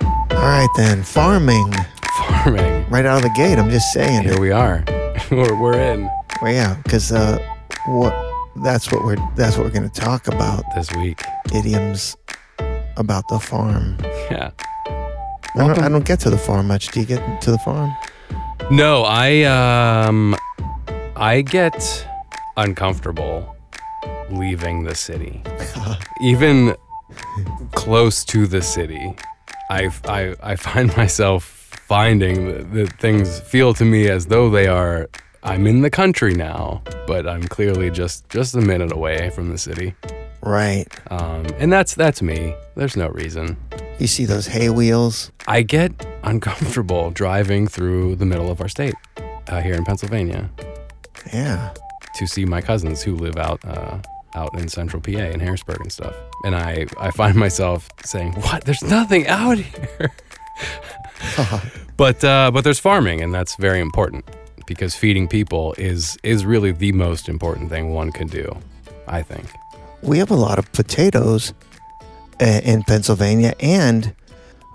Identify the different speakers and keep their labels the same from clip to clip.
Speaker 1: right then, farming
Speaker 2: farming.
Speaker 1: right out of the gate. I'm just saying.
Speaker 2: Here we are. we're, we're in
Speaker 1: Well, yeah, because uh, what that's what we're that's what we're going to talk about
Speaker 2: this week.
Speaker 1: idioms about the farm.
Speaker 2: Yeah.
Speaker 1: I don't, I don't get to the farm much. Do you get to the farm?
Speaker 2: No, I um, I get uncomfortable leaving the city, even close to the city. I I, I find myself finding that, that things feel to me as though they are. I'm in the country now, but I'm clearly just just a minute away from the city,
Speaker 1: Right.
Speaker 2: um, and that's that's me. There's no reason.
Speaker 1: You see those hay wheels?
Speaker 2: I get uncomfortable driving through the middle of our state uh, here in Pennsylvania.
Speaker 1: Yeah.
Speaker 2: to see my cousins who live out uh, out in central PA in Harrisburg and stuff. And I, I find myself saying, "What? There's nothing out here." but uh, but there's farming, and that's very important because feeding people is is really the most important thing one can do, I think.
Speaker 1: We have a lot of potatoes uh, in Pennsylvania, and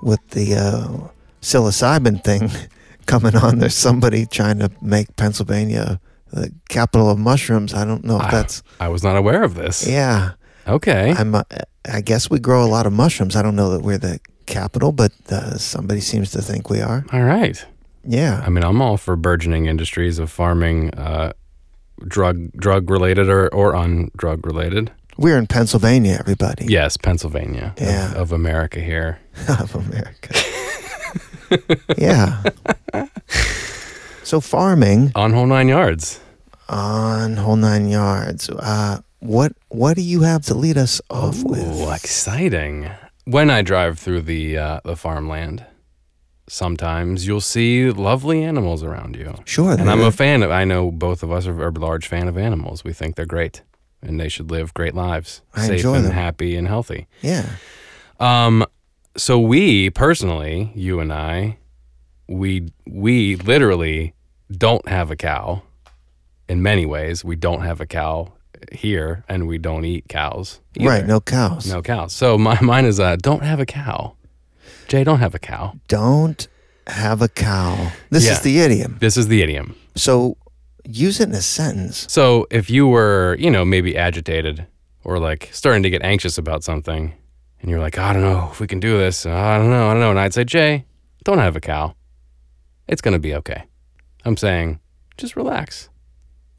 Speaker 1: with the uh, psilocybin thing coming on, there's somebody trying to make Pennsylvania the capital of mushrooms. I don't know if that's
Speaker 2: I was not aware of this.
Speaker 1: yeah.
Speaker 2: Okay.
Speaker 1: I'm. Uh, I guess we grow a lot of mushrooms. I don't know that we're the capital, but uh, somebody seems to think we are.
Speaker 2: All right.
Speaker 1: Yeah.
Speaker 2: I mean, I'm all for burgeoning industries of farming, uh, drug drug related or or on drug related.
Speaker 1: We're in Pennsylvania, everybody.
Speaker 2: Yes, Pennsylvania of-
Speaker 1: Yeah.
Speaker 2: of America here.
Speaker 1: of America. yeah. So farming
Speaker 2: on whole nine yards.
Speaker 1: on whole nine yards. Uh, what what do you have to lead us off with?
Speaker 2: Ooh, exciting! When I drive through the uh, the farmland, sometimes you'll see lovely animals around you,
Speaker 1: Sure.
Speaker 2: and I'm
Speaker 1: there-
Speaker 2: a fan of. I know both of us are a large fan of animals. We think they're great, and they should live great lives,
Speaker 1: I
Speaker 2: safe
Speaker 1: enjoy
Speaker 2: and
Speaker 1: them.
Speaker 2: happy and healthy.
Speaker 1: yeah.
Speaker 2: Um, so we personally, you and I, we we literally don't have a cow. In many ways, we don't have a cow here, and we don't eat cows. either.
Speaker 1: Right. No cows.
Speaker 2: No cows. So my mine is uh, don't have a cow. Jay, don't have a cow.
Speaker 1: Don't have a cow. This
Speaker 2: Yeah.
Speaker 1: is the idiom.
Speaker 2: This is the idiom.
Speaker 1: So use it in a sentence.
Speaker 2: So if you were, you know, maybe agitated or like starting to get anxious about something, and you're like, I don't know if we can do this. uh, I don't know. I don't know. And I'd say, Jay, don't have a cow. It's gonna be okay. I'm saying, just relax,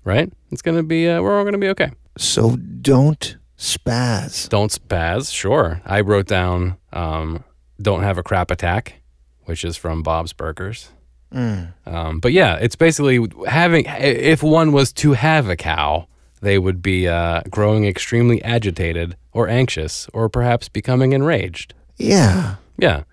Speaker 2: right? It's gonna be. Uh, we're all gonna be okay.
Speaker 1: So don't spaz.
Speaker 2: Don't spaz. Sure. I wrote down. Um, don't have a crap attack, which is from Bob's Burgers.
Speaker 1: Mm.
Speaker 2: Um, but yeah, it's basically having. If one was to have a cow, they would be uh, growing extremely agitated or anxious, or perhaps becoming enraged.
Speaker 1: Yeah.
Speaker 2: Yeah.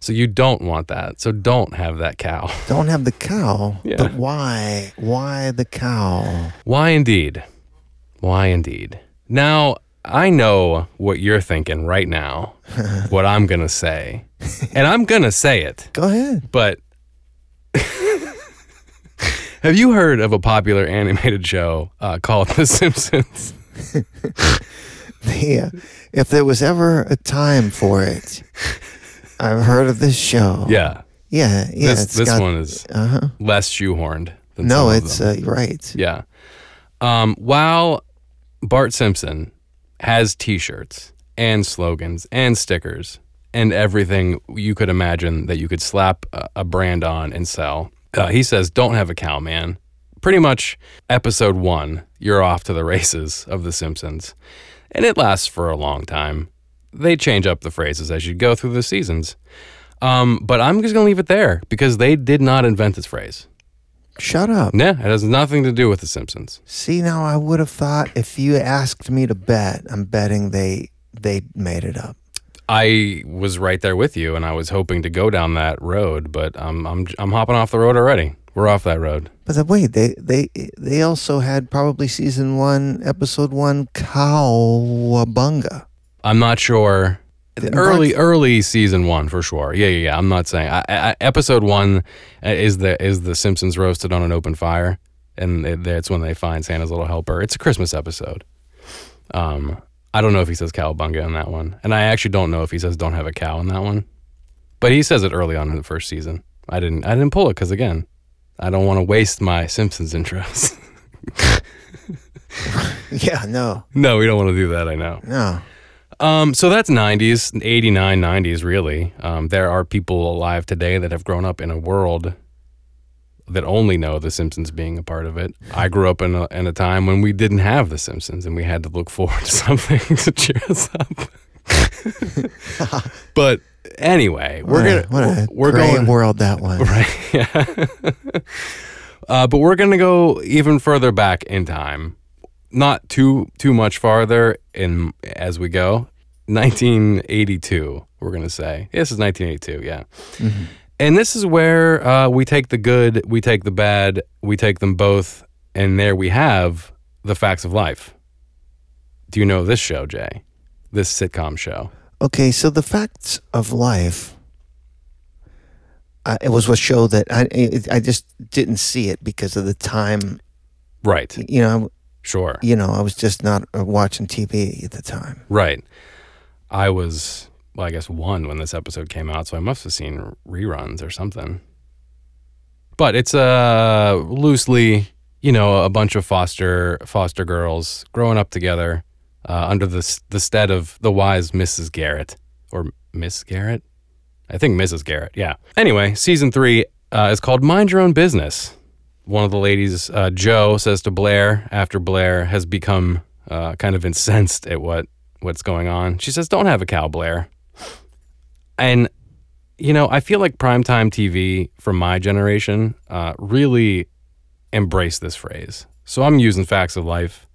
Speaker 2: So you don't want that. So don't have that cow.
Speaker 1: Don't have the cow.
Speaker 2: Yeah.
Speaker 1: But why? Why the cow?
Speaker 2: Why indeed? Why indeed? Now, I know what you're thinking right now, what I'm going to say. And I'm going to say it.
Speaker 1: Go ahead.
Speaker 2: But have you heard of a popular animated show uh, called The Simpsons?
Speaker 1: Yeah. If there was ever a time for it, I've heard of this show.
Speaker 2: Yeah,
Speaker 1: Yeah. Yeah.
Speaker 2: this
Speaker 1: it's
Speaker 2: this
Speaker 1: got-
Speaker 2: one is
Speaker 1: Uh-huh.
Speaker 2: less shoehorned. Than
Speaker 1: No,
Speaker 2: some of
Speaker 1: it's
Speaker 2: them.
Speaker 1: uh, right.
Speaker 2: yeah. Um, while Bart Simpson has T-shirts and slogans and stickers and everything you could imagine that you could slap a, a brand on and sell, uh, he says, "Don't have a cow, man." Pretty much, episode one, you're off to the races of The Simpsons. and it lasts for a long time. They change up the phrases as you go through the seasons. Um, but I'm just going to leave it there because they did not invent this phrase.
Speaker 1: Shut up.
Speaker 2: Nah, it has nothing to do with The Simpsons.
Speaker 1: See, now I would have thought if you asked me to bet, I'm betting they they made it up.
Speaker 2: I was right there with you, and I was hoping to go down that road, but I'm I'm I'm hopping off the road already. We're off that road.
Speaker 1: But then, wait, they they they also had probably season one, episode one, Cowabunga.
Speaker 2: I'm not sure.
Speaker 1: Didn't
Speaker 2: Early,
Speaker 1: Bart-
Speaker 2: early season one for sure. Yeah, yeah, yeah. I'm not saying. I, I, episode one uh, is the is the Simpsons roasted on an open fire, and it, that's when they find Santa's little helper. It's a Christmas episode. Um, I don't know if he says cowabunga in that one, and I actually don't know if he says don't have a cow in that one. But he says it early on in the first season. I didn't. I didn't pull it because again, I don't want to waste my Simpsons intros.
Speaker 1: Yeah, no,
Speaker 2: no, we don't want to do that. I know.
Speaker 1: no.
Speaker 2: Um, so that's 90s, 89, 90s, really. Um, there are people alive today that have grown up in a world that only know The Simpsons being a part of it. I grew up in a, in a time when we didn't have The Simpsons and we had to look forward to something to cheer us up. but anyway, we're
Speaker 1: What a-
Speaker 2: going
Speaker 1: what a
Speaker 2: to. We're
Speaker 1: gray
Speaker 2: going.
Speaker 1: world that one.
Speaker 2: Right. Yeah. uh, but we're gonna go even further back in time, not too too much farther in as we go. 1982. We're gonna say this is 1982. Yeah. And this is where uh, we take the good, we take the bad, we take them both, and there we have the facts of life. Do you know this show, Jay? This sitcom show.
Speaker 1: Okay, so the facts of life. Uh, it was a show that I it, I just didn't see it because of the time.
Speaker 2: Right.
Speaker 1: You know,
Speaker 2: Sure.
Speaker 1: you know, I was just not uh, watching TV at the time.
Speaker 2: Right. I was, well, I guess one when this episode came out, so I must have seen reruns or something. But it's uh, loosely, you know, a bunch of foster foster girls growing up together uh, under the s- the stead of the wise Mrs. Garrett or Miss Garrett, I think Mrs. Garrett. Yeah. Anyway, season three uh, is called "Mind Your Own Business." One of the ladies, uh, Joe, says to Blair after Blair has become uh, kind of incensed at what what's going on. She says, "Don't have a cow, Blair." And you know, I feel like primetime TV from my generation uh, really embraced this phrase. So I'm using facts of life,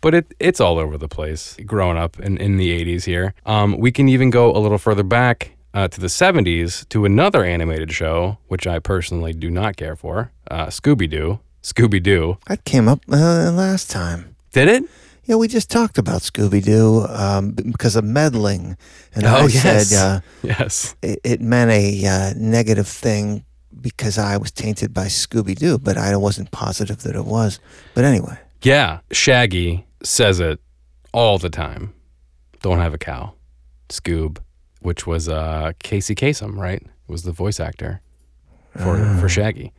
Speaker 2: but it it's all over the place. Growing up in, in the 80s here, um, we can even go a little further back. Uh, to the 70s, to another animated show, which I personally do not care for, uh, Scooby Doo. Scooby Doo.
Speaker 1: That came up uh, last time.
Speaker 2: Did it?
Speaker 1: Yeah, we just talked about Scooby Doo um, b- because of meddling, and
Speaker 2: Oh,
Speaker 1: I
Speaker 2: yes.
Speaker 1: said uh,
Speaker 2: Yes.
Speaker 1: it, it meant a uh, negative thing because I was tainted by Scooby Doo, but I wasn't positive that it was. But anyway,
Speaker 2: Yeah, Shaggy says it all the time. Don't have a cow. Scoob, which was uh, Casey Kasem, right? Was the voice actor for for Shaggy.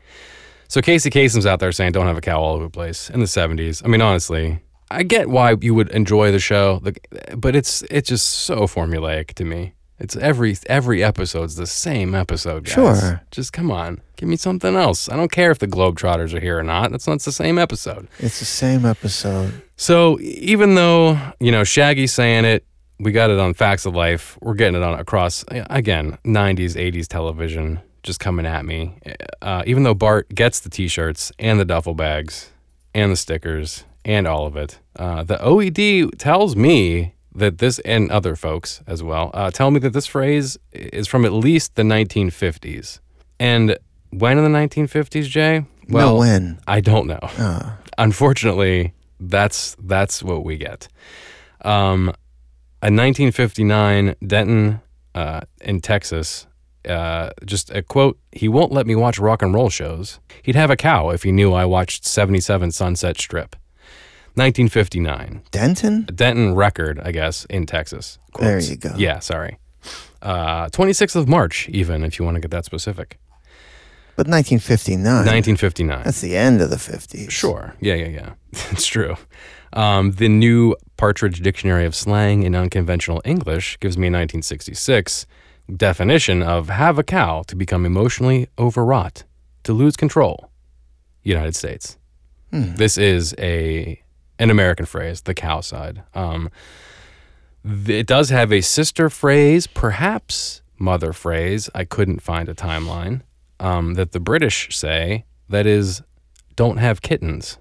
Speaker 2: So Casey Kasem's out there saying "Don't have a cow" all over the place in the '70s. I mean, honestly, I get why you would enjoy the show, the- but it's it's just so formulaic to me. It's every every episode's the same episode. Guys.
Speaker 1: Sure.
Speaker 2: Just come on, give me something else. I don't care if the Globetrotters are here or not. That's not it's the same episode.
Speaker 1: it's the same episode.
Speaker 2: So even though you know Shaggy's saying it, we got it on Facts of Life. We're getting it on across again '90s, '80s television, just coming at me. Uh, even though Bart gets the T-shirts and the duffel bags and the stickers and all of it, uh, the OED tells me that this and other folks as well uh, tell me that this phrase is from at least the 1950s. And when in the 1950s, Jay? Well,
Speaker 1: no win.
Speaker 2: I don't know
Speaker 1: Uh,
Speaker 2: unfortunately, that's that's what we get. Um, a 1959 Denton uh, in Texas. Uh, just a quote. He won't let me watch rock and roll shows. He'd have a cow if he knew I watched 77 Sunset Strip. 1959.
Speaker 1: Denton?
Speaker 2: A Denton record, I guess, in Texas.
Speaker 1: There
Speaker 2: Quotes.
Speaker 1: you go.
Speaker 2: Yeah, sorry. Uh, 26th of March, even if you want to get that specific.
Speaker 1: But 1959.
Speaker 2: 1959.
Speaker 1: That's the end of the 50s.
Speaker 2: Sure. Yeah, yeah, yeah. it's true. Um, the new Partridge Dictionary of Slang in Unconventional English gives me a 1966 definition of have a cow to become emotionally overwrought, to lose control. United States. This is a an American phrase, the cow side. Um, th- it does have a sister phrase, perhaps mother phrase. I couldn't find a timeline um, that the British say that is, don't have kittens.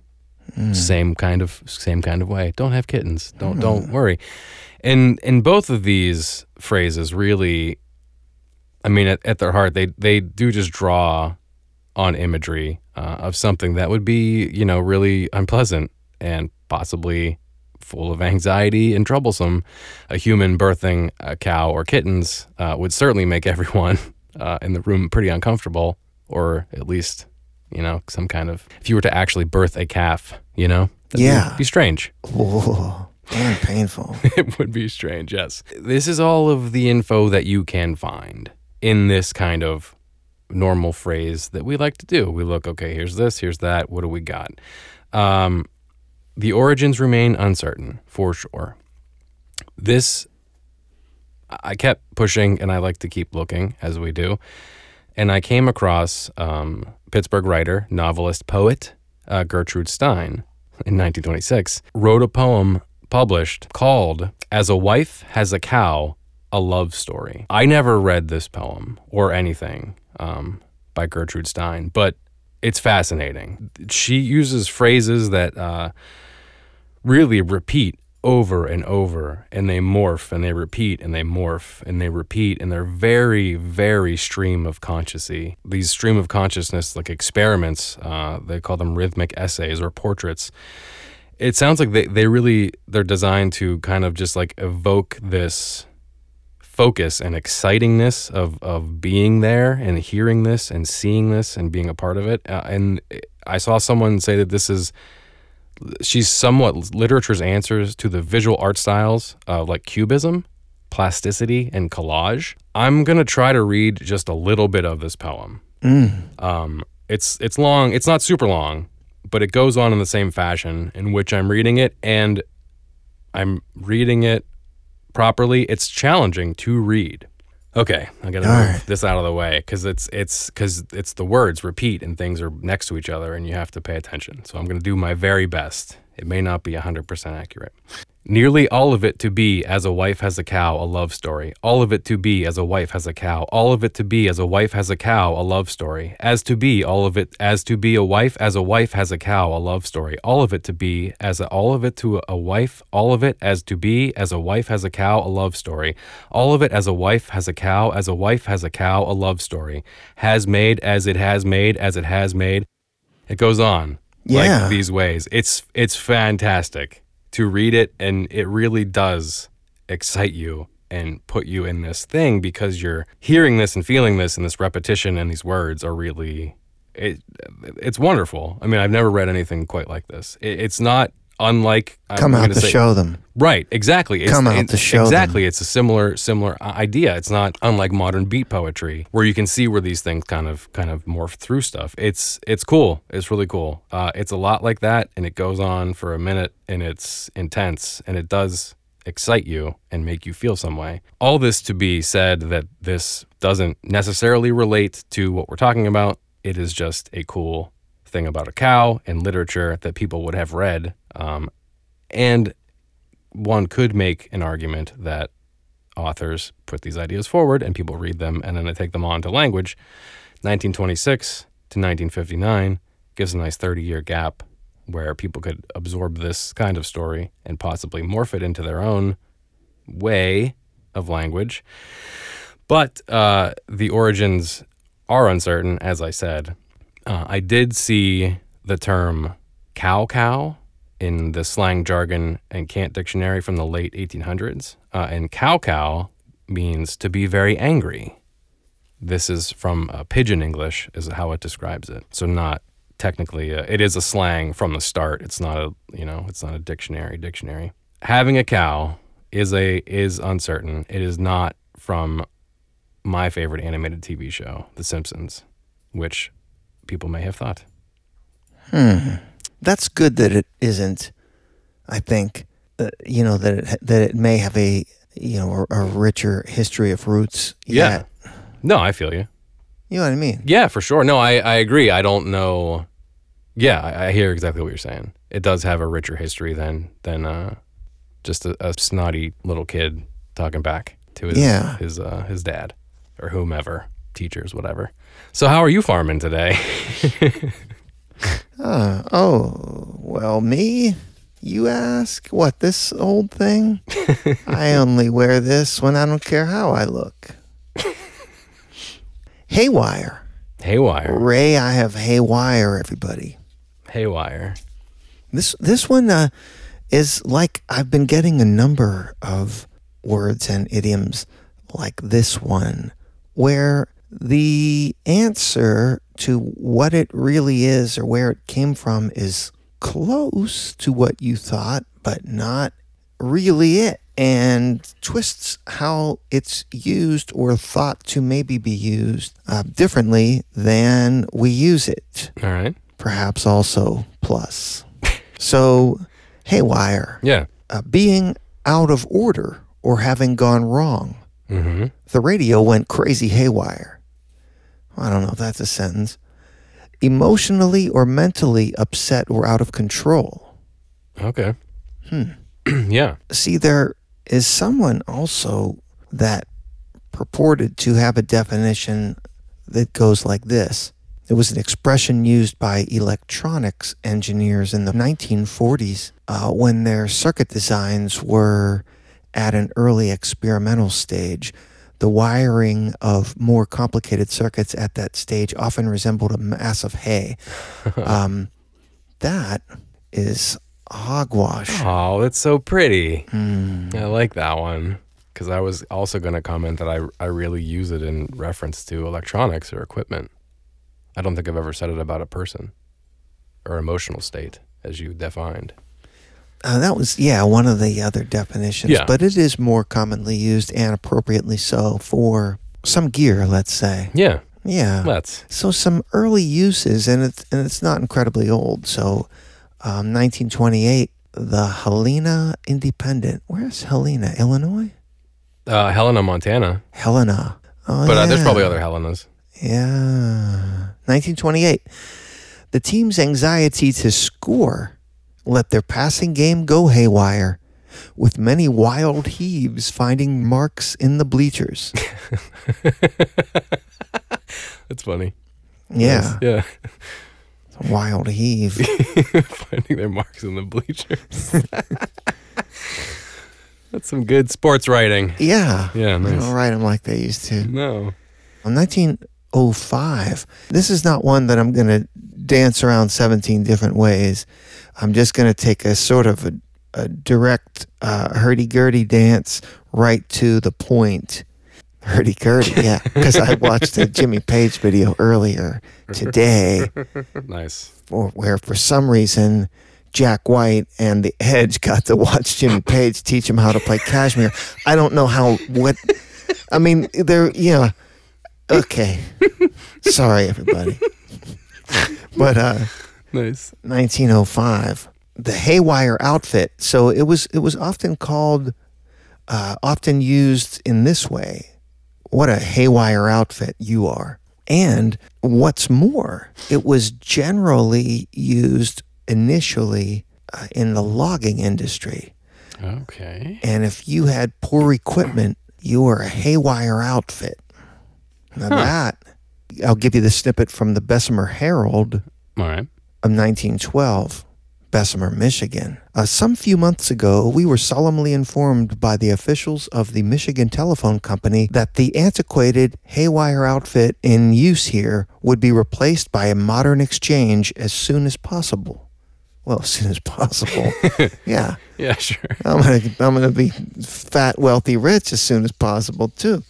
Speaker 2: Same kind of same kind of way. Don't have kittens. Don't don't worry. And in both of these phrases, really, I mean, at, at their heart, they they do just draw on imagery uh, of something that would be, you know, really unpleasant and possibly full of anxiety and troublesome. A human birthing a cow or kittens uh, would certainly make everyone uh, in the room pretty uncomfortable, or at least, you know, some kind of. If you were to actually birth a calf, you know, that'd be-
Speaker 1: Yeah.
Speaker 2: be strange.
Speaker 1: Whoa. Damn, painful.
Speaker 2: it would be strange, yes. This is all of the info that you can find in this kind of normal phrase that we like to do. We look, okay, here's this, here's that, what do we got? Um, the origins remain uncertain for sure. This, I kept pushing and I like to keep looking as we do. And I came across um, Pittsburgh writer, novelist, poet uh, Gertrude Stein in 1926 wrote a poem published called As a Wife Has a Cow, a Love Story. I never read this poem or anything um, by Gertrude Stein, but it's fascinating. She uses phrases that uh, really repeat over and over, and they morph and they repeat and they morph and they repeat, and they're very, very stream of consciousness. These stream of consciousness, like experiments, uh, they call them rhythmic essays or portraits. It sounds like they, they really they're designed to kind of just like evoke this focus and excitingness of of being there and hearing this and seeing this and being a part of it. Uh, and I saw someone say that this is she's somewhat literature's answers to the visual art styles of like cubism, plasticity, and collage. I'm gonna try to read just a little bit of this poem.
Speaker 1: Mm.
Speaker 2: Um, it's it's long. It's not super long, but it goes on in the same fashion in which I'm reading it, and I'm reading it properly. It's challenging to read. Okay, I gotta
Speaker 1: All
Speaker 2: move
Speaker 1: right.
Speaker 2: this out of the way because it's it's because it's the words repeat and things are next to each other and you have to pay attention. So I'm gonna do my very best. It may not be 100% accurate. Nearly all of it to be as a wife has a cow, a love story. All of it to be as a wife has a cow. All of it to be as a wife has a cow, a love story. As to be all of it as to be a wife as a wife has a cow, a love story. All of it to be as a, all of it to a wife, all of it as to be as a wife has a cow, a love story. All of it as a wife has a cow, as a wife has a cow, a love story. Has made as it has made as it has made. It goes on
Speaker 1: Yeah.
Speaker 2: like these ways. It's it's fantastic to read it and it really does excite you and put you in this thing because you're hearing this and feeling this and this repetition and these words are really it it's wonderful. I mean, I've never read anything quite like this. It, it's not unlike I'm
Speaker 1: Come out
Speaker 2: gonna
Speaker 1: to
Speaker 2: say-
Speaker 1: show them.
Speaker 2: Right, exactly. It's,
Speaker 1: Come out
Speaker 2: it's-
Speaker 1: to show them.
Speaker 2: Exactly, it's a similar similar i- idea. It's not unlike modern beat poetry, where you can see where these things kind of kind of morph through stuff. It's it's cool. It's really cool. Uh, it's a lot like that, and it goes on for a minute, and it's intense, and it does excite you and make you feel some way. All this to be said that this doesn't necessarily relate to what we're talking about. It is just a cool thing about a cow and literature that people would have read. Um, and one could make an argument that authors put these ideas forward and people read them and then they take them on to language. 1926 to 1959 gives a nice 30 year gap where people could absorb this kind of story and possibly morph it into their own way of language. But uh, the origins are uncertain, as I said. Uh, I did see the term cow cow in the slang jargon and Cant dictionary from the late 1800s. Uh, and cow cow means to be very angry. This is from uh, Pigeon English, is how it describes it. So, not technically, uh it is a slang from the start. It's not a, you know, it's not a dictionary dictionary. Having a cow is a is uncertain. It is not from my favorite animated TV show, The Simpsons, which people may have thought.
Speaker 1: That's good that it isn't. I think uh, you know that it, that it may have a you know a, a richer history of roots.
Speaker 2: Yeah.
Speaker 1: yet.
Speaker 2: No, I feel you.
Speaker 1: you know what I mean.
Speaker 2: Yeah, for sure. No, I, I agree. I don't know. Yeah, I, I hear exactly what you're saying. It does have a richer history than than uh, just a, a snotty little kid talking back to his
Speaker 1: Yeah.
Speaker 2: his uh, his dad or whomever, teachers, whatever. So how are you farming today?
Speaker 1: Uh, oh well, me. You ask what this old thing? I only wear this when I don't care how I look. haywire,
Speaker 2: haywire,
Speaker 1: Ray. I have haywire. Everybody.
Speaker 2: haywire.
Speaker 1: This this one uh, is like I've been getting a number of words and idioms like this one, where the answer to what it really is or where it came from is close to what you thought, but not really it. and twists how it's used or thought to maybe be used uh, differently than we use it,
Speaker 2: All right.
Speaker 1: perhaps also plus. so, haywire,
Speaker 2: Yeah.
Speaker 1: uh, being out of order or having gone wrong.
Speaker 2: Mm-hmm.
Speaker 1: The radio went crazy haywire. I don't know if that's a sentence. Emotionally or mentally upset or out of control.
Speaker 2: Okay. Hmm. yeah.
Speaker 1: see there is someone also that purported to have a definition that goes like this it was an expression used by electronics engineers in the 1940s uh, when their circuit designs were at an early experimental stage the wiring of more complicated circuits at that stage often resembled a mass of hay um, that is hogwash
Speaker 2: Oh, that's so pretty.
Speaker 1: Hmm.
Speaker 2: I like that one because I was also going to comment that I, I really use it in reference to electronics or equipment. I don't think I've ever said it about a person or emotional state as you defined.
Speaker 1: Uh, that was yeah one of the other definitions,
Speaker 2: Yeah.
Speaker 1: but it is more commonly used and appropriately so for some gear, let's say.
Speaker 2: Yeah.
Speaker 1: Yeah.
Speaker 2: Let's.
Speaker 1: So some early uses, and it's and it's not incredibly old. So, um, 1928, the Helena Independent. Where's Helena, Illinois?
Speaker 2: Uh, Helena, Montana.
Speaker 1: Helena. Oh,
Speaker 2: But uh, there's
Speaker 1: yeah.
Speaker 2: probably other Helenas.
Speaker 1: Yeah. 1928. The team's anxiety to score let their passing game go haywire, with many wild heaves finding marks in the bleachers.
Speaker 2: That's funny.
Speaker 1: Yeah.
Speaker 2: Yeah.
Speaker 1: Wild heave.
Speaker 2: Finding their marks in the bleachers. That's some good sports writing.
Speaker 1: Yeah.
Speaker 2: Yeah,
Speaker 1: I
Speaker 2: nice.
Speaker 1: don't write them like they used to.
Speaker 2: No.
Speaker 1: In 1905, this is not one that I'm going to dance around 17 different ways. I'm just going to take a sort of a, a direct uh, hurdy-gurdy dance right to the point. Hurdy-gurdy, yeah, because I watched a Jimmy Page video earlier today
Speaker 2: Nice.
Speaker 1: for, where for some reason Jack White and the Edge got to watch Jimmy Page teach him how to play cashmere. I don't know how what I mean they're yeah. Okay. Sorry everybody. But uh
Speaker 2: Nice.
Speaker 1: 1905 the haywire outfit so it was it was often called uh, often used in this way what a haywire outfit you are and what's more it was generally used initially uh, in the logging industry
Speaker 2: Okay.
Speaker 1: and if you had poor equipment you were a haywire outfit now that i'll give you the snippet from the bessemer herald
Speaker 2: All right.
Speaker 1: of 1912, Bessemer, Michigan. Uh, some few months ago, we were solemnly informed by the officials of the Michigan Telephone Company that the antiquated haywire outfit in use here would be replaced by a modern exchange as soon as possible. Well, as soon as possible. yeah.
Speaker 2: Yeah, sure.
Speaker 1: I'm going to I'm gonna be fat, wealthy, rich as soon as possible, too.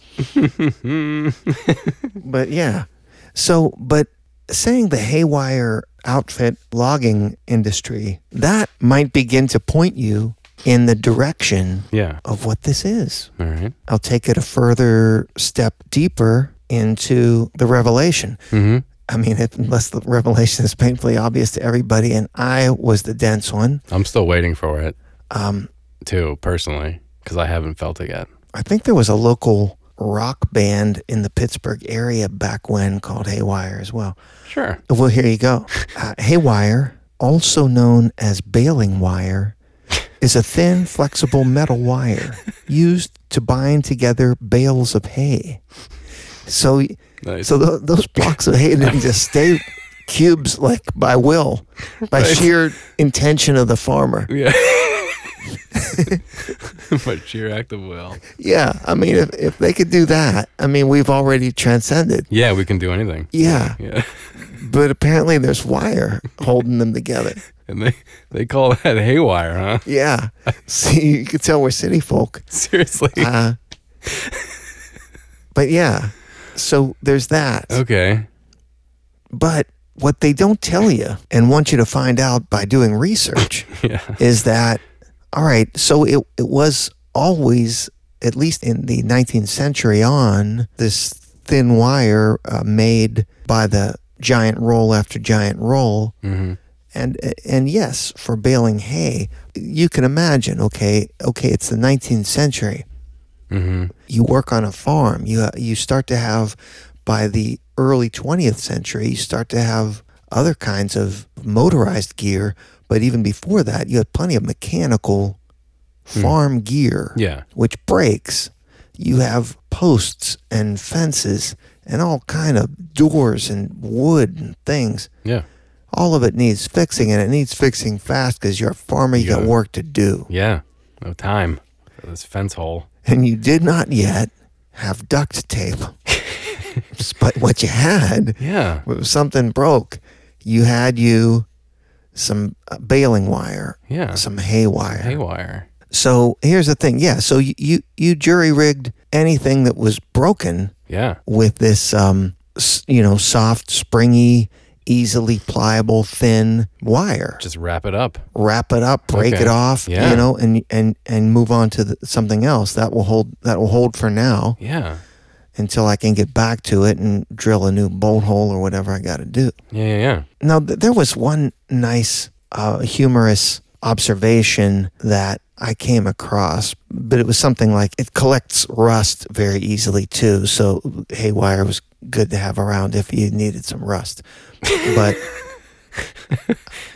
Speaker 1: but yeah. So, but saying the haywire outfit logging industry, that might begin to point you in the direction
Speaker 2: Yeah.
Speaker 1: of what this is.
Speaker 2: All right.
Speaker 1: I'll take it a further step deeper into the revelation.
Speaker 2: Mm-hmm.
Speaker 1: I mean, if, unless the revelation is painfully obvious to everybody, and I was the dense one.
Speaker 2: I'm still waiting for it,
Speaker 1: Um,
Speaker 2: too, personally, because I haven't felt it yet.
Speaker 1: I think there was a local rock band in the Pittsburgh area back when called Haywire as well.
Speaker 2: Sure.
Speaker 1: Well, here you go. Uh, haywire, also known as baling wire, is a thin, flexible metal wire used to bind together bales of hay. So,
Speaker 2: Nice.
Speaker 1: so th- those blocks of hay didn't just stay cubes like by will, by sheer intention of the farmer.
Speaker 2: yeah. By sheer act of will.
Speaker 1: Yeah, I mean, if, if they could do that, I mean, we've already transcended.
Speaker 2: Yeah, we can do anything.
Speaker 1: Yeah.
Speaker 2: Yeah.
Speaker 1: but apparently there's wire holding them together.
Speaker 2: And they, they call that haywire, huh?
Speaker 1: Yeah. See, you can tell we're city folk.
Speaker 2: Seriously.
Speaker 1: Uh, but yeah, so there's that.
Speaker 2: Okay.
Speaker 1: But what they don't tell you and want you to find out by doing research
Speaker 2: Yeah.
Speaker 1: is that, all right, so it, it was always, at least in the 19th century on, this thin wire uh, made by the giant roll after giant roll. And and yes, for baling hay, you can imagine. Okay, okay, it's the 19th century. You work on a farm. You you start to have by the early 20th century, you start to have other kinds of motorized gear. But even before that, you had plenty of mechanical farm gear
Speaker 2: Yeah.
Speaker 1: which breaks. You have posts and fences and all kind of doors and wood and things.
Speaker 2: Yeah.
Speaker 1: All of it needs fixing, and it needs fixing fast because you're a farmer. You got
Speaker 2: Yeah.
Speaker 1: work to do,
Speaker 2: Yeah. No time for this fence hole.
Speaker 1: and you did not yet have duct tape. but what you had,
Speaker 2: Yeah.
Speaker 1: was something broke. You had you some uh, baling wire,
Speaker 2: Yeah.
Speaker 1: some hay wire.
Speaker 2: Haywire.
Speaker 1: So here's the thing, yeah. So you you, you jury rigged anything that was broken
Speaker 2: Yeah.
Speaker 1: with this um s- you know soft springy easily pliable thin wire
Speaker 2: Just wrap it up.
Speaker 1: wrap it up break
Speaker 2: Okay.
Speaker 1: it off
Speaker 2: Yeah.
Speaker 1: you know and and and move on to the, something else that will hold that will hold for now
Speaker 2: Yeah.
Speaker 1: until i can get back to it and drill a new bolt hole or whatever i got to do
Speaker 2: Yeah. Yeah. Yeah.
Speaker 1: now th- there was one nice uh, humorous observation that i came across but it was something like it collects rust very easily too so haywire was good to have around if you needed some rust but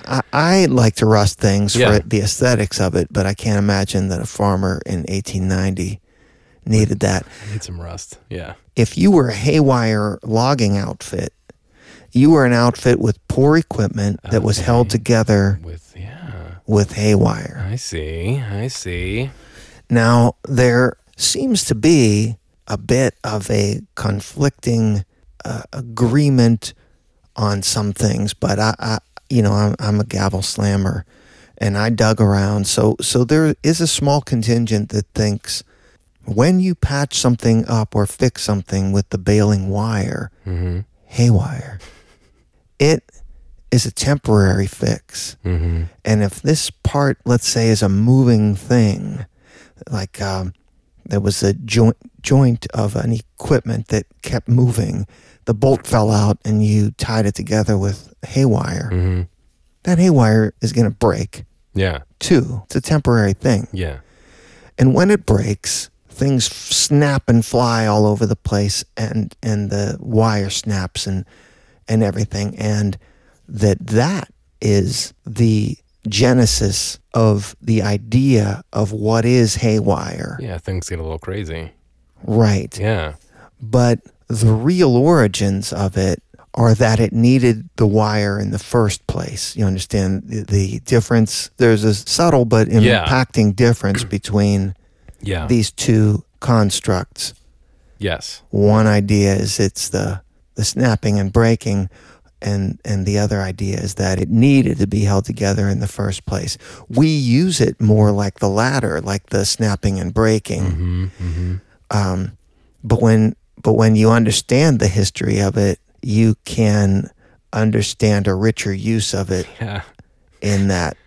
Speaker 1: I, I like to rust things
Speaker 2: Yeah.
Speaker 1: for the aesthetics of it but i can't imagine that a farmer in 1890 needed that
Speaker 2: Need some rust. Yeah.
Speaker 1: if you were a haywire logging outfit, you were an outfit with poor equipment that was held together
Speaker 2: With yeah.
Speaker 1: with haywire.
Speaker 2: I see. I see.
Speaker 1: Now, there seems to be a bit of a conflicting uh, agreement on some things, but I, I you know, I'm, I'm a gavel slammer and I dug around. So, so there is a small contingent that thinks when you patch something up or fix something with the baling wire,
Speaker 2: Mm-hmm.
Speaker 1: haywire. It is a temporary fix.
Speaker 2: Mm-hmm.
Speaker 1: And if this part, let's say, is a moving thing, like um, there was a joint joint of an equipment that kept moving, the bolt fell out and you tied it together with haywire,
Speaker 2: Mm-hmm.
Speaker 1: that haywire is going to break
Speaker 2: Yeah.
Speaker 1: too. It's a temporary thing.
Speaker 2: Yeah.
Speaker 1: And when it breaks, things f- snap and fly all over the place, and and the wire snaps and and everything, and that that is the genesis of the idea of what is haywire,
Speaker 2: Yeah. Things get a little crazy.
Speaker 1: right?
Speaker 2: Yeah.
Speaker 1: But the real origins of it are that it needed the wire in the first place. You understand the, the difference? There's a subtle but
Speaker 2: Yeah.
Speaker 1: impacting difference between
Speaker 2: Yeah.
Speaker 1: these two constructs.
Speaker 2: yes.
Speaker 1: One idea is it's the the snapping and breaking, and and the other idea is that it needed to be held together in the first place. We use it more like the latter, like the snapping and breaking. Um, but when but when you understand the history of it, you can understand a richer use of it
Speaker 2: Yeah.
Speaker 1: in that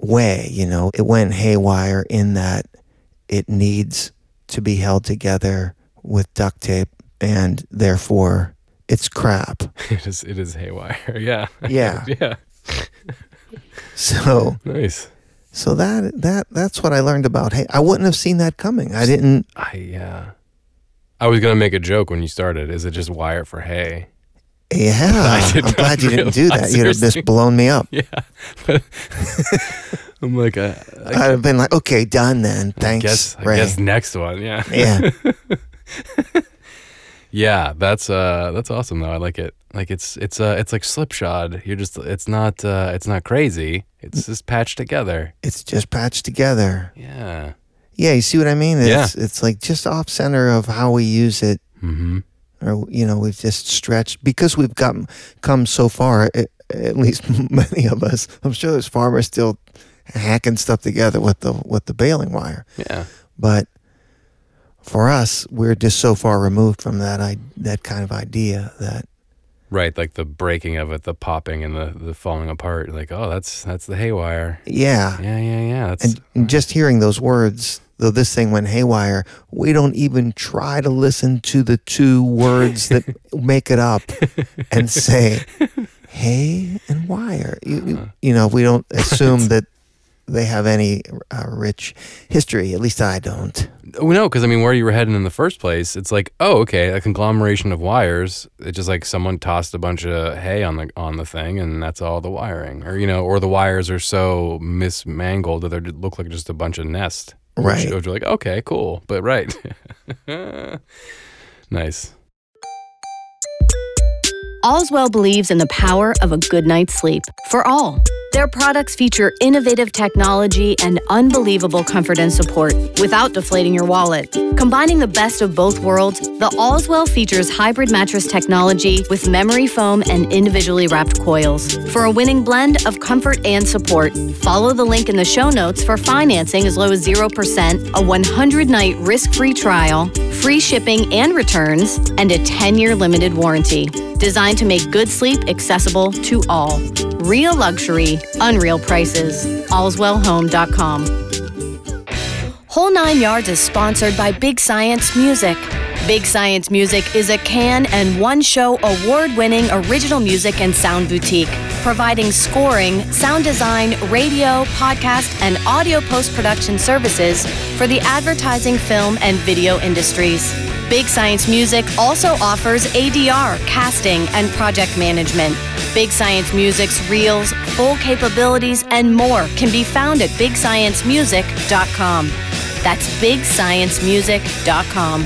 Speaker 1: way. You know, it went haywire in that it needs to be held together with duct tape and therefore it's crap.
Speaker 2: It is. It is haywire. Yeah.
Speaker 1: Yeah.
Speaker 2: yeah.
Speaker 1: So
Speaker 2: Nice.
Speaker 1: so that that that's what I learned about hay. I wouldn't have seen that coming. I didn't
Speaker 2: I yeah. I was gonna make a joke when you started. Is it just wire for hay?
Speaker 1: yeah.
Speaker 2: I did
Speaker 1: I'm glad
Speaker 2: not
Speaker 1: you didn't do that.
Speaker 2: realize
Speaker 1: You'd have
Speaker 2: there's
Speaker 1: just blown me up.
Speaker 2: Yeah. But I'm like, uh, I
Speaker 1: I'd have been like, okay, done then. Thanks.
Speaker 2: guess I
Speaker 1: Ray.
Speaker 2: guess next one. Yeah.
Speaker 1: Yeah.
Speaker 2: Yeah, that's uh that's awesome though. I like it. Like it's it's uh it's like slipshod. You're just it's not uh it's not crazy. It's just patched together.
Speaker 1: It's just patched together.
Speaker 2: Yeah.
Speaker 1: Yeah, you see what I mean?
Speaker 2: Yeah.
Speaker 1: It's, it's like just off center of how we use it. Mm-hmm. Or, you know, we've just stretched because we've gotten come so far, at, at least many of us. I'm sure there's farmers still hacking stuff together with the with the baling wire.
Speaker 2: Yeah.
Speaker 1: But for us, we're just so far removed from that I, that kind of idea that
Speaker 2: Right, like the breaking of it, the popping and the, the falling apart. Like, oh that's that's the haywire.
Speaker 1: yeah.
Speaker 2: Yeah, yeah, yeah. That's
Speaker 1: And just hearing those words, though this thing went haywire, we don't even try to listen to the two words that make it up and say hay and wire. You, you, you know, we don't assume that they have any uh, rich history. At least I don't.
Speaker 2: Oh, no, because I mean, where you were heading in the first place, it's like, oh, okay, a conglomeration of wires. It's just like someone tossed a bunch of hay on the on the thing, and that's all the wiring, or you know, or the wires are so mismangled that they look like just a bunch of nest. Which-
Speaker 1: Right.
Speaker 2: Which, you're like, okay, cool, but right. nice.
Speaker 3: Allswell believes in the power of a good night's sleep for all. Their products feature innovative technology and unbelievable comfort and support without deflating your wallet. Combining the best of both worlds, the Allswell features hybrid mattress technology with memory foam and individually wrapped coils for a winning blend of comfort and support. Follow the link in the show notes for financing as low as 0%, a 100 night risk free trial, free shipping and returns, and a 10 year limited warranty designed to make good sleep accessible to all. Real luxury, unreal prices. AllswellHome.com. Whole Nine Yards is sponsored by Big Science Music. Big Science Music is a can and one show award winning original music and sound boutique, providing scoring, sound design, radio, podcast, and audio post production services for the advertising, film, and video industries. Big Science Music also offers ADR, casting, and project management. Big Science Music's reels, full capabilities, and more can be found at BigScienceMusic.com. That's BigScienceMusic.com.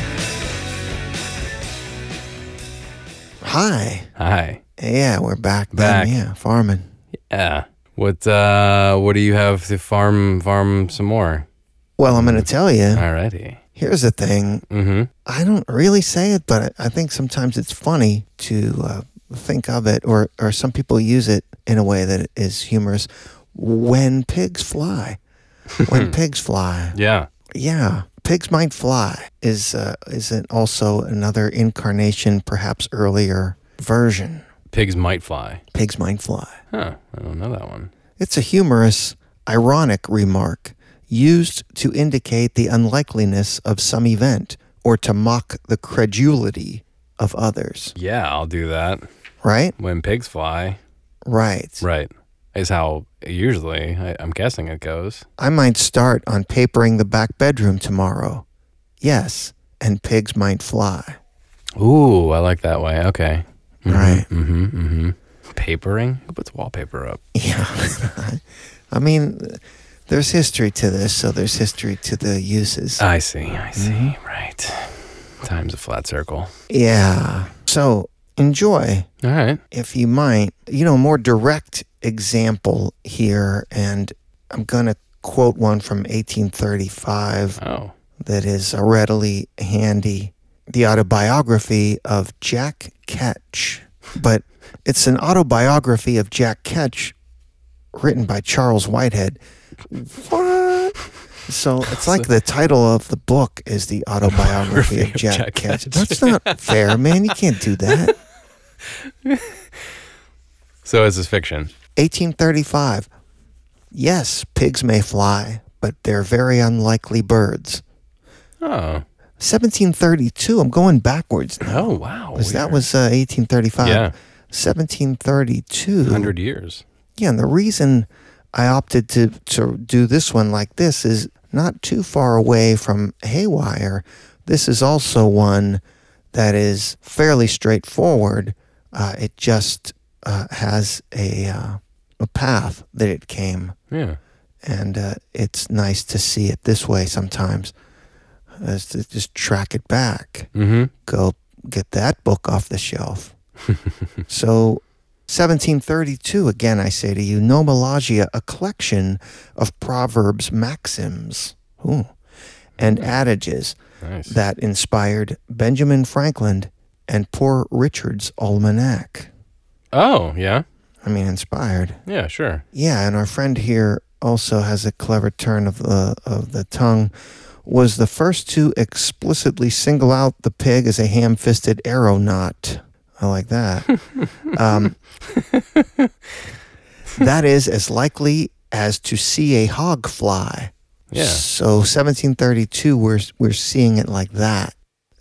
Speaker 1: Hi.
Speaker 2: Hi.
Speaker 1: Yeah, we're back. then,
Speaker 2: Back.
Speaker 1: Yeah, farming.
Speaker 2: Yeah. What uh what do you have to farm farm some more?
Speaker 1: Well, I'm going to tell you.
Speaker 2: Alrighty.
Speaker 1: Here's the thing.
Speaker 2: Mm-hmm.
Speaker 1: I don't really say it, but I I think sometimes it's funny to uh, think of it, or or some people use it in a way that is humorous. When pigs fly, when pigs fly,
Speaker 2: Yeah.
Speaker 1: yeah, pigs might fly is uh, is it also another incarnation, perhaps earlier version.
Speaker 2: Pigs might fly.
Speaker 1: Pigs might fly.
Speaker 2: Huh. I don't know that one.
Speaker 1: It's a humorous, ironic remark used to indicate the unlikeliness of some event or to mock the credulity of others.
Speaker 2: Yeah, I'll do that.
Speaker 1: Right?
Speaker 2: When pigs fly.
Speaker 1: Right.
Speaker 2: Right. Is how usually I, I'm guessing it goes.
Speaker 1: I might start on papering the back bedroom tomorrow. Yes, and pigs might fly.
Speaker 2: Ooh, I like that way. Okay.
Speaker 1: Right.
Speaker 2: Mm-hmm. Mm-hmm. Papering? Who puts wallpaper up?
Speaker 1: Yeah. I mean, there's history to this, so there's history to the uses.
Speaker 2: I see. I see. Right. Time's a flat circle.
Speaker 1: Yeah. So enjoy.
Speaker 2: All right.
Speaker 1: if you might, you know, more direct example here. And I'm going to quote one from 1835
Speaker 2: Oh.
Speaker 1: that is readily handy the autobiography of Jack Ketch. But it's an autobiography of Jack Ketch written by Charles Whitehead. What? So it's like the title of the book is the autobiography of Jack,
Speaker 2: Jack
Speaker 1: Ketch.
Speaker 2: Ketch.
Speaker 1: That's not fair, man. You can't do that.
Speaker 2: So is this fiction?
Speaker 1: 1835. Yes, pigs may fly, but they're very unlikely birds.
Speaker 2: Oh.
Speaker 1: 1732. I'm going backwards now.
Speaker 2: Oh wow.
Speaker 1: 'cause that
Speaker 2: Weird.
Speaker 1: was uh, 1835.
Speaker 2: Yeah.
Speaker 1: 1732.
Speaker 2: 100 years.
Speaker 1: Yeah, and the reason I opted to, to do this one like this is not too far away from Haywire. This is also one that is fairly straightforward. Uh, it just uh, has a, uh, a path that it came,
Speaker 2: Yeah.
Speaker 1: and uh, it's nice to see it this way sometimes, as to just track it back
Speaker 2: Mm-hmm.
Speaker 1: go get that book off the shelf. so, 1732, again, I say to you, Nomologia, a collection of proverbs, maxims, ooh, and adages
Speaker 2: Nice.
Speaker 1: that inspired Benjamin Franklin and Poor Richard's Almanac.
Speaker 2: oh yeah.
Speaker 1: I mean, inspired.
Speaker 2: Yeah. Sure.
Speaker 1: Yeah, and our friend here also has a clever turn of the of the tongue. Was the first to explicitly single out the pig as a ham-fisted aeronaut. I like that. um, that is as likely as to see a hog fly,
Speaker 2: Yeah.
Speaker 1: So 1732, we're we're seeing it like that.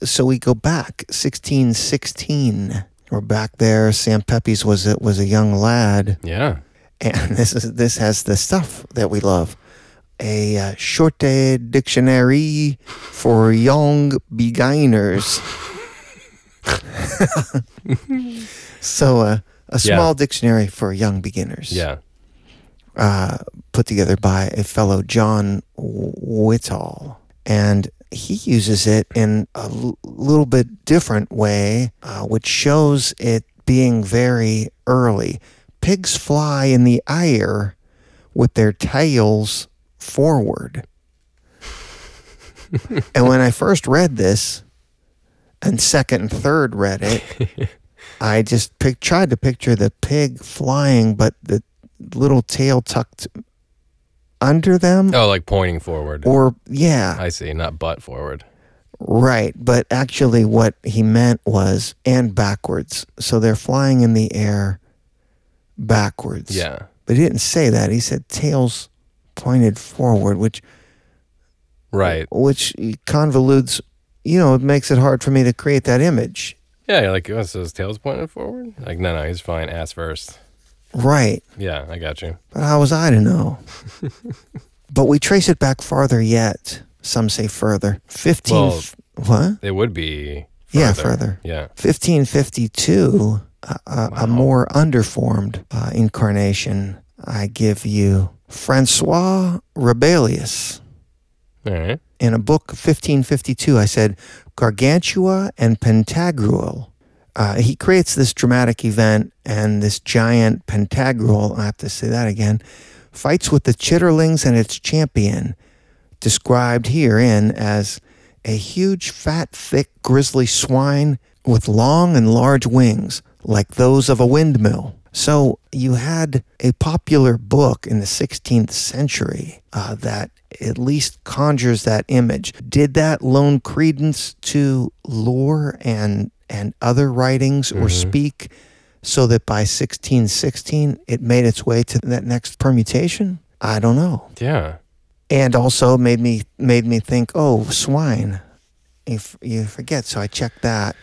Speaker 1: So we go back 1616. We're back there. Sam Pepys was a, was a young lad,
Speaker 2: Yeah.
Speaker 1: and this is this has the stuff that we love. A uh, short dictionary for young beginners. so uh, a
Speaker 2: Yeah.
Speaker 1: small dictionary for young beginners
Speaker 2: Yeah.
Speaker 1: uh, put together by a fellow John Whitall, and he uses it in a l- little bit different way, uh, which shows it being very early. Pigs fly in the air with their tails forward. and when I first read this, and second and third read it, I just pic- tried to picture the pig flying, but the little tail tucked under them.
Speaker 2: Oh, like pointing forward.
Speaker 1: Or, yeah,
Speaker 2: I see. Not butt forward.
Speaker 1: right. But actually, what he meant was and backwards. So they're flying in the air backwards.
Speaker 2: Yeah.
Speaker 1: But he didn't say that. He said tails pointed forward, which
Speaker 2: Right.
Speaker 1: which convolutes, you know, it makes it hard for me to create that image.
Speaker 2: Yeah. You're like, oh, so his tail's pointing forward? Like, no, no, he's fine. Ass first.
Speaker 1: Right.
Speaker 2: Yeah, I got you.
Speaker 1: But how was I to know? but we trace it back farther yet. Some say further. 15.
Speaker 2: Well,
Speaker 1: what?
Speaker 2: It would be.
Speaker 1: Yeah, further.
Speaker 2: Yeah.
Speaker 1: 1552, a, a, a more underformed uh, incarnation, I give you Francois Rabelais.
Speaker 2: All right.
Speaker 1: In a book, 1552, I said Gargantua and Pantagruel. Uh, he creates this dramatic event, and this giant Pantagruel, I have to say that again, fights with the chitterlings and its champion, described herein as a huge, fat, thick, grizzly swine with long and large wings, like those of a windmill. So you had a popular book in the 16th century uh, that at least conjures that image. Did that loan credence to lore and and other writings or speak, so that by 1616 it made its way to that next permutation? I don't know
Speaker 2: Yeah.
Speaker 1: and also made me made me think, oh, swine. If you forget, so I checked that.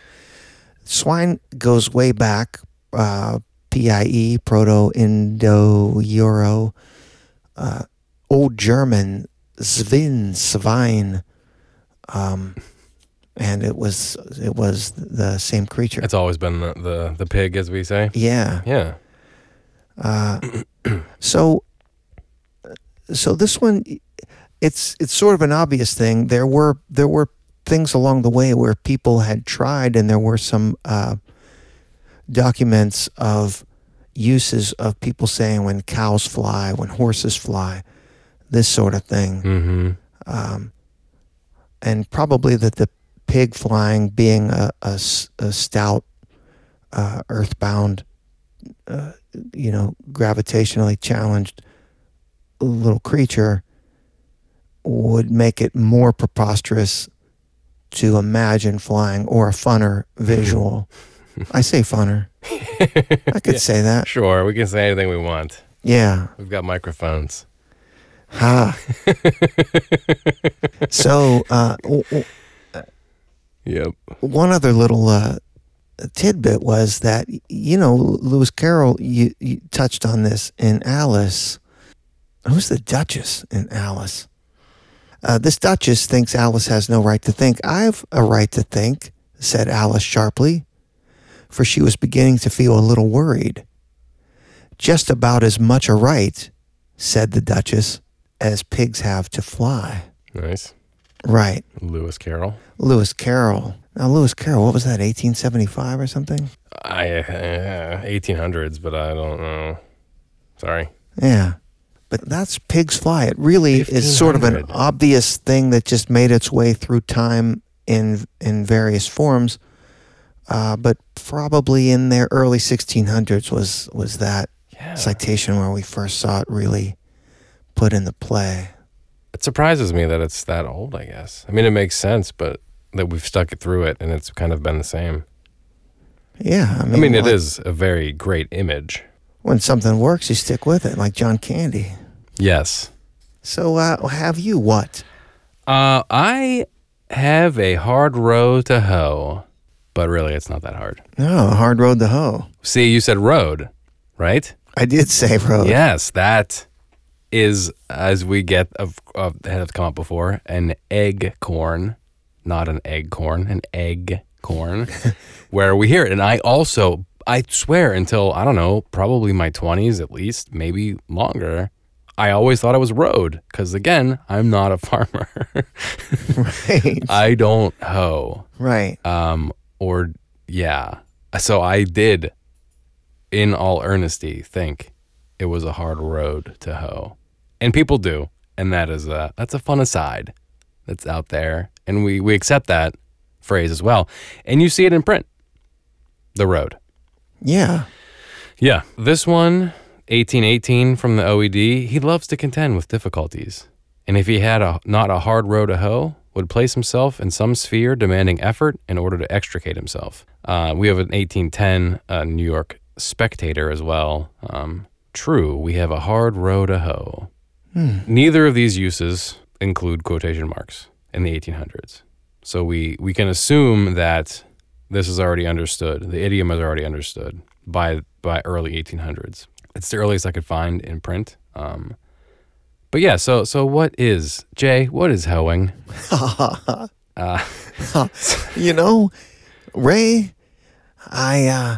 Speaker 1: Swine goes way back, uh, PIE, Proto Indo Euro, uh, Old German, Zvin, Swine, um, and it was it was the same creature.
Speaker 2: It's always been the, the, the pig, as we say.
Speaker 1: Yeah.
Speaker 2: Yeah.
Speaker 1: So, so this one, it's it's sort of an obvious thing. There were there were things along the way where people had tried, and there were some uh, documents of uses of people saying when cows fly, when horses fly, this sort of thing,
Speaker 2: Mm-hmm.
Speaker 1: and probably that the pig flying being a, a s- a stout, uh, earthbound, uh, you know, gravitationally challenged little creature would make it more preposterous to imagine flying or a funner visual. I say funner. I could say that.
Speaker 2: Sure. We can say anything we want.
Speaker 1: Yeah.
Speaker 2: We've got microphones.
Speaker 1: Ha. so, uh, w- w-
Speaker 2: Yep.
Speaker 1: one other little uh, tidbit was that you know Lewis Carroll you, you touched on this in Alice. Who's the Duchess in Alice? Uh, this Duchess thinks Alice has no right to think. I've a right to think," said Alice sharply, for she was beginning to feel a little worried. Just about as much a right," said the Duchess, "as pigs have to fly."
Speaker 2: Nice.
Speaker 1: Right.
Speaker 2: Lewis Carroll.
Speaker 1: Lewis Carroll. Now, Lewis Carroll, what was that, 1875 or something?
Speaker 2: I uh, 1800s, but I don't know. Sorry.
Speaker 1: Yeah. But that's Pigs Fly. It really is sort of an
Speaker 2: 1500.
Speaker 1: obvious thing that just made its way through time in in various forms. Uh, but probably in their early 1600s was, was that
Speaker 2: Yeah.
Speaker 1: citation where we first saw it really put into play.
Speaker 2: It surprises me that it's that old, I guess. I mean, it makes sense, but that we've stuck it through it and it's kind of been the same.
Speaker 1: Yeah. I mean,
Speaker 2: I mean, it
Speaker 1: like,
Speaker 2: is a very great image.
Speaker 1: When something works, you stick with it, like John Candy.
Speaker 2: Yes.
Speaker 1: So, uh, have you what?
Speaker 2: Uh, I have a hard road to hoe, but really it's not that hard.
Speaker 1: No, hard road to hoe.
Speaker 2: See, you said road, right?
Speaker 1: I did say road.
Speaker 2: Yes, that is as we get of, of have come up before an egg corn, not an egg corn, an egg corn, where we hear it. And I also, I swear, until I don't know, probably my twenties at least, maybe longer. I always thought it was road because again, I'm not a farmer.
Speaker 1: Right.
Speaker 2: I don't hoe
Speaker 1: right.
Speaker 2: um, or yeah. So I did, in all earnesty, think it was a hard road to hoe, and people do, and that is a that's a fun aside that's out there, and we we accept that phrase as well, and you see it in print, the road.
Speaker 1: Yeah.
Speaker 2: Yeah, this one, 1818 from the OED, he loves to contend with difficulties. And if he had a, not a hard row to hoe, would place himself in some sphere demanding effort in order to extricate himself. Uh, we have an 1810 uh, New York Spectator as well. Um, True, we have a hard row to hoe. Neither of these uses include quotation marks in the 1800s. So we, we can assume that this is already understood. The idiom is already understood by by early 1800s. It's the earliest I could find in print. Um, but yeah, so so what is Jay? What is hoeing?
Speaker 1: You know, Ray, I uh,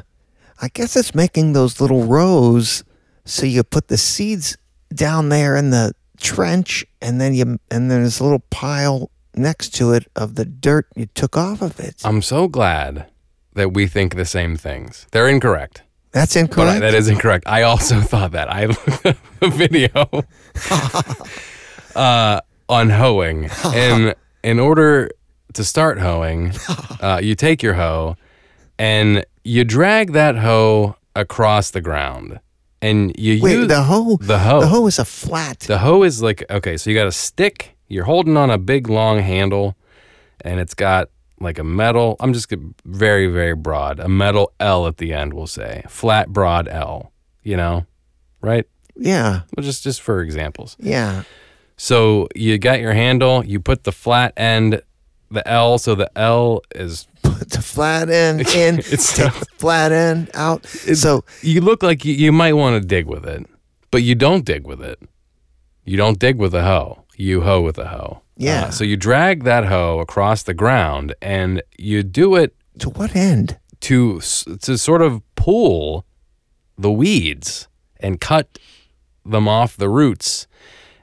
Speaker 1: I guess it's making those little rows so you put the seeds down there in the trench, and then you and there's a little pile next to it of the dirt you took off of it.
Speaker 2: I'm so glad that we think the same things. They're incorrect.
Speaker 1: That's
Speaker 2: But I-
Speaker 1: incorrect.
Speaker 2: that is incorrect. I also thought that. I looked up a video uh, on hoeing. And in order to start hoeing, uh, you take your hoe and you drag that hoe across the ground. And you
Speaker 1: Wait,
Speaker 2: use
Speaker 1: the hoe.
Speaker 2: the hoe.
Speaker 1: The hoe is a flat.
Speaker 2: The hoe is like okay, so you got a stick. You're holding on a big long handle, and it's got like a metal. I'm just gonna- very very broad. A metal L at the end. We'll say flat broad L. You know, right?
Speaker 1: yeah.
Speaker 2: Well, just just for examples.
Speaker 1: Yeah.
Speaker 2: So you got your handle. You put the flat end, the L. So the L is.
Speaker 1: Put the flat end in.
Speaker 2: It's
Speaker 1: take
Speaker 2: so-
Speaker 1: the flat end out. so
Speaker 2: You look like you, you might want to dig with it, but you don't dig with it. You don't dig with a hoe. You hoe with a hoe. Uh,
Speaker 1: Yeah.
Speaker 2: so you drag that hoe across the ground, and you do it
Speaker 1: to what end?
Speaker 2: to s- to sort of pull the weeds and cut them off the roots,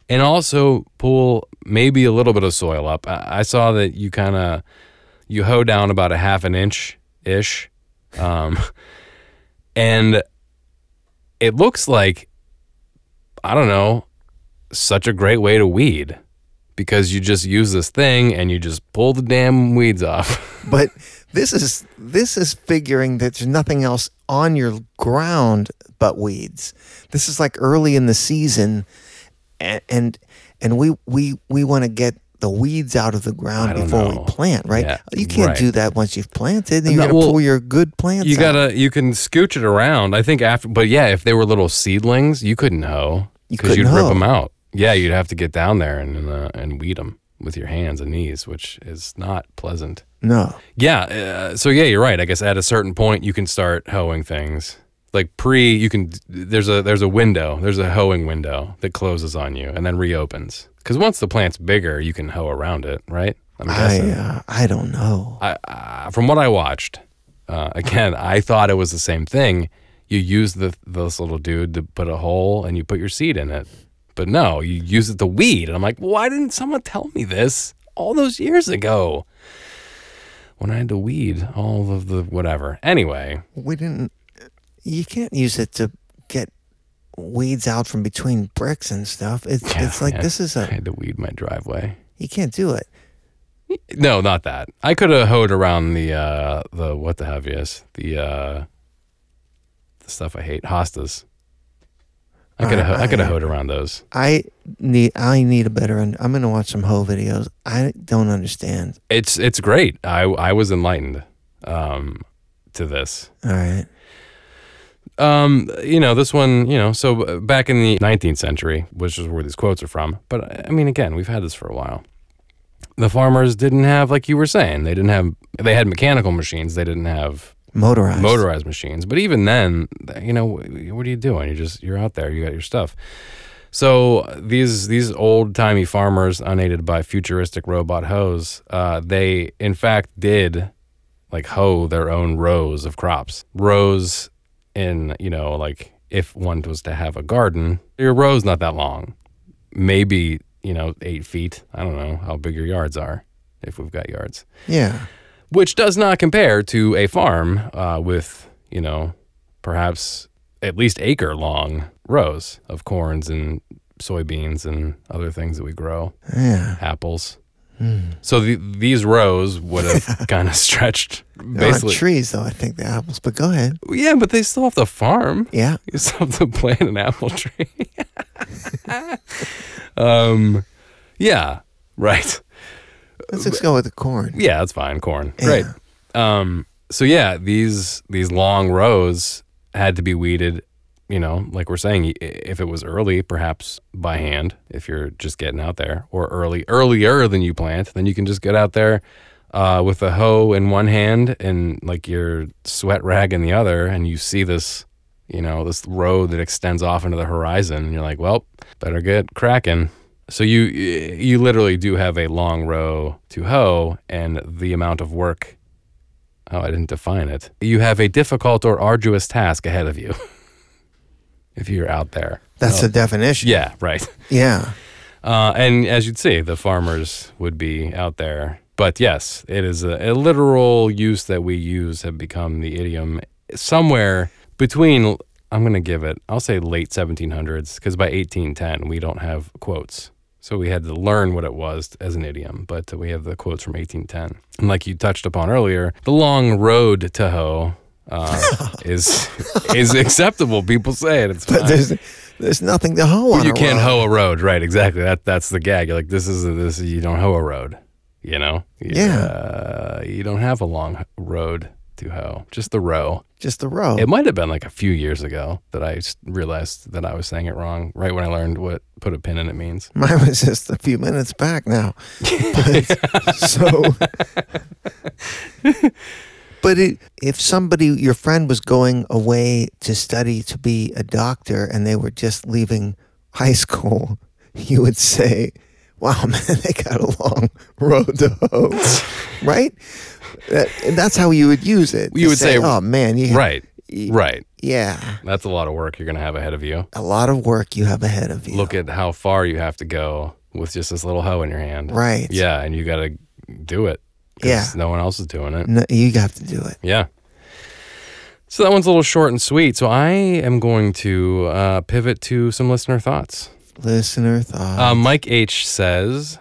Speaker 2: and also pull maybe a little bit of soil up. I, I saw that you kind of you hoe down about a half an inch ish, um, and it looks like I don't know such a great way to weed because you just use this thing and you just pull the damn weeds off.
Speaker 1: But this is this is figuring that there's nothing else on your ground but weeds. This is like early in the season, and and, and we we we want to get the weeds out of the ground
Speaker 2: don't
Speaker 1: before
Speaker 2: know.
Speaker 1: we plant, right?
Speaker 2: Yeah,
Speaker 1: you can't
Speaker 2: right.
Speaker 1: do that once you've planted. You're
Speaker 2: No,
Speaker 1: gonna
Speaker 2: well,
Speaker 1: pull your good plants.
Speaker 2: You
Speaker 1: out.
Speaker 2: gotta, you can scooch it around. I think after, but yeah, if they were little seedlings, you couldn't hoe
Speaker 1: You
Speaker 2: because you'd
Speaker 1: couldn't
Speaker 2: rip
Speaker 1: hoe.
Speaker 2: them out. Yeah, you'd have to get down there and uh, and weed them with your hands and knees, which is not pleasant.
Speaker 1: no.
Speaker 2: Yeah, uh, so yeah, you're right. I guess at a certain point, you can start hoeing things. Like pre, you can there's a there's a window, there's a hoeing window that closes on you and then reopens. Because once the plant's bigger, you can hoe around it, right? I'm
Speaker 1: I
Speaker 2: guessing.
Speaker 1: uh, I don't know.
Speaker 2: I, uh, from what I watched, uh, again, I thought it was the same thing. You use the this little dude to put a hole, and you put your seed in it. But no, you use it to weed. And I'm like, why didn't someone tell me this all those years ago? When I had to weed all of the whatever. Anyway,
Speaker 1: we didn't you can't use it to get weeds out from between bricks and stuff it's it's like
Speaker 2: yeah,
Speaker 1: this is
Speaker 2: I
Speaker 1: a
Speaker 2: had to weed my driveway.
Speaker 1: you can't do it
Speaker 2: No, not that. I could have hoed around the uh, the what the have yous the uh, the stuff I hate hostas. I could have I could have hoed around those.
Speaker 1: i need i need a better un- i'm gonna watch some hoe videos i don't understand
Speaker 2: It's it's great. I I was enlightened um, to this.
Speaker 1: all right
Speaker 2: Um, you know, this one, you know, so uh, back in the 19th century, which is where these quotes are from. But I mean, again, we've had this for a while. The farmers didn't have, like you were saying, they didn't have, they had mechanical machines. They didn't have
Speaker 1: Motorized.
Speaker 2: motorized machines. But even then, you know, what are you doing? You're just, you're out there, you got your stuff. So these these old timey farmers, unaided by futuristic robot hoes, uh, they in fact did like hoe their own rows of crops. Rows in you know like if one was to have a garden, your row's not that long, maybe you know eight feet. I don't know how big your yards are, if we've got yards,
Speaker 1: Yeah.
Speaker 2: which does not compare to a farm uh, with you know perhaps at least acre long rows of corns and soybeans and other things that we grow,
Speaker 1: Yeah.
Speaker 2: apples.
Speaker 1: Hmm.
Speaker 2: So the, these rows would have kind of stretched
Speaker 1: There aren't
Speaker 2: basically.
Speaker 1: trees though, I think the apples, but go ahead.
Speaker 2: Yeah, but they still have to farm.
Speaker 1: Yeah.
Speaker 2: You still have to plant an apple tree. um, yeah, right.
Speaker 1: Let's just go with the corn.
Speaker 2: Yeah, that's fine. Corn,
Speaker 1: Yeah.
Speaker 2: great. Um, so yeah, these these long rows had to be weeded. You know, like we're saying, i- if it was early, perhaps by hand, if you're just getting out there, or early earlier than you plant, then you can just get out there uh, with a hoe in one hand and like your sweat rag in the other, and you see this, you know, this road that extends off into the horizon, and you're like, well, better get cracking. So you you literally do have a long row to hoe, and the amount of work. Oh, I didn't define it. You have a difficult or arduous task ahead of you. if you're out there.
Speaker 1: That's the definition.
Speaker 2: Yeah, right.
Speaker 1: Yeah.
Speaker 2: Uh, and as you'd see, the farmers would be out there. But yes, it is a, a literal use that we use have become the idiom somewhere between. I'm going to give it. I'll say late 1700s because by 1810 we don't have quotes, so we had to learn what it was as an idiom. But we have the quotes from 1810, and like you touched upon earlier, the long road to hoe uh, is is acceptable. People say it. It's
Speaker 1: But
Speaker 2: fine.
Speaker 1: there's there's nothing to hoe on.
Speaker 2: Well, you
Speaker 1: a
Speaker 2: can't
Speaker 1: row.
Speaker 2: hoe a road, right? Exactly. That that's the gag. You're like, this is this. You don't hoe a road, you know. You,
Speaker 1: Yeah.
Speaker 2: uh, you don't have a long road to hoe. Just the row.
Speaker 1: Just the row.
Speaker 2: It might have been like a few years ago that I s- realized that I was saying it wrong. Right when I learned what put a pin in it means.
Speaker 1: Mine was just a few minutes back now. But, so, but it, if somebody, your friend was going away to study to be a doctor and they were just leaving high school, you would say, wow, man, they got a long road to hoe, right? That, and that's how you would use it.
Speaker 2: You
Speaker 1: to
Speaker 2: would say,
Speaker 1: oh, man, you,
Speaker 2: Right. Right.
Speaker 1: yeah,
Speaker 2: That's a lot of work you're gonna have ahead of you.
Speaker 1: a lot of work you have ahead of you.
Speaker 2: Look at how far you have to go with just this little hoe in your hand.
Speaker 1: right.
Speaker 2: Yeah, and you got to do it. 'cause
Speaker 1: Yeah.
Speaker 2: No one else is doing it.
Speaker 1: No, you have to do it.
Speaker 2: Yeah. So that one's a little short and sweet. So I am going to uh, pivot to some listener thoughts.
Speaker 1: Listener thought.
Speaker 2: Uh, Mike H says,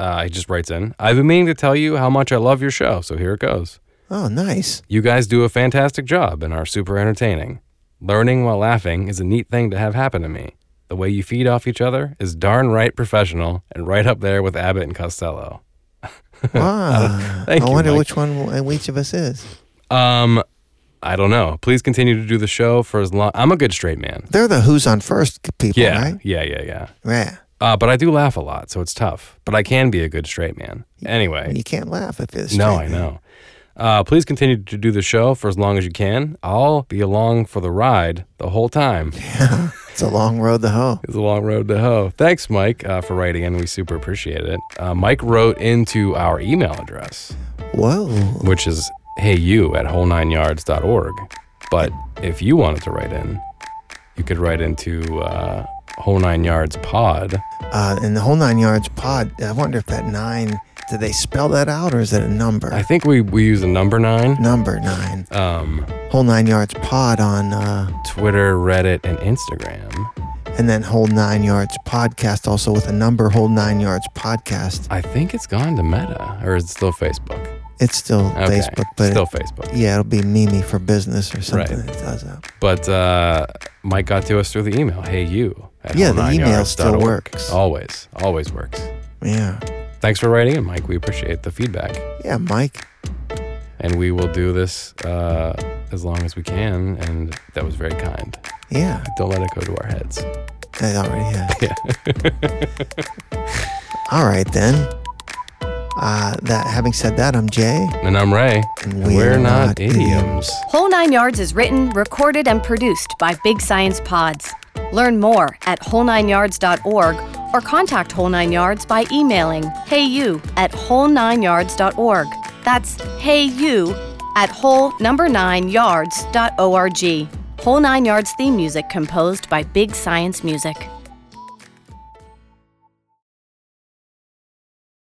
Speaker 2: uh, he just writes in, I've been meaning to tell you how much I love your show. So here it goes.
Speaker 1: oh, nice.
Speaker 2: You guys do a fantastic job and are super entertaining. Learning while laughing is a neat thing to have happen to me. The way you feed off each other is darn right professional and right up there with Abbott and Costello.
Speaker 1: Wow.
Speaker 2: Uh, Thank
Speaker 1: Ah, I
Speaker 2: you,
Speaker 1: wonder
Speaker 2: Mike.
Speaker 1: which one w- each of us is.
Speaker 2: Um, I don't know. Please continue to do the show for as long. I'm a good straight man.
Speaker 1: They're the who's on first c- people,
Speaker 2: Yeah,
Speaker 1: right?
Speaker 2: yeah, yeah, yeah.
Speaker 1: Yeah.
Speaker 2: Uh, but I do laugh a lot, so it's tough. But I can be a good straight man. Anyway,
Speaker 1: You can't laugh if it's
Speaker 2: no, I
Speaker 1: straight.
Speaker 2: know. Uh, please continue to do the show for as long as you can. I'll be along for the ride the whole time.
Speaker 1: It's a long road to hoe.
Speaker 2: It's a long road to hoe. Thanks, Mike, uh, for writing in. We super appreciate it. Uh, Mike wrote into our email address,
Speaker 1: Whoa.
Speaker 2: which is heyu at whole9yards.org. But if you wanted to write in, you could write into uh, whole9yardspod
Speaker 1: Uh, and the whole nine yards pod. I wonder if that nine. Did they spell that out or is it a number?
Speaker 2: I think we, we use a number nine.
Speaker 1: number nine.
Speaker 2: Um,
Speaker 1: Whole nine yards pod on, uh,
Speaker 2: Twitter, Reddit, and Instagram.
Speaker 1: and then whole nine yards podcast also with a number. Whole nine yards podcast.
Speaker 2: I think it's gone to Meta, or is it still Facebook?
Speaker 1: It's still
Speaker 2: Okay.
Speaker 1: Facebook, but
Speaker 2: still
Speaker 1: it-
Speaker 2: Facebook.
Speaker 1: yeah, it'll be Mimi for business or something.
Speaker 2: Right.
Speaker 1: It does that.
Speaker 2: But uh, Mike got to us through the email. Hey, you. At
Speaker 1: Yeah, the
Speaker 2: 09yards.org.
Speaker 1: email still works.
Speaker 2: Always, always works.
Speaker 1: Yeah.
Speaker 2: Thanks for writing in, Mike. We appreciate the feedback,
Speaker 1: Yeah, Mike.
Speaker 2: and we will do this uh, as long as we can. And that was very kind.
Speaker 1: Yeah.
Speaker 2: Don't let it go to our heads.
Speaker 1: They already have. All right then. Uh, that having said that, I'm Jay.
Speaker 2: And I'm Ray.
Speaker 1: And
Speaker 2: And we're, not, idioms.
Speaker 3: Whole Nine Yards is written, recorded, and produced by Big Science Pods. Learn more at whole9yards.org or contact Whole Nine Yards by emailing heyu at whole9yards.org. That's heyu at whole number nine yards.org. Whole Nine Yards theme music composed by Big Science Music.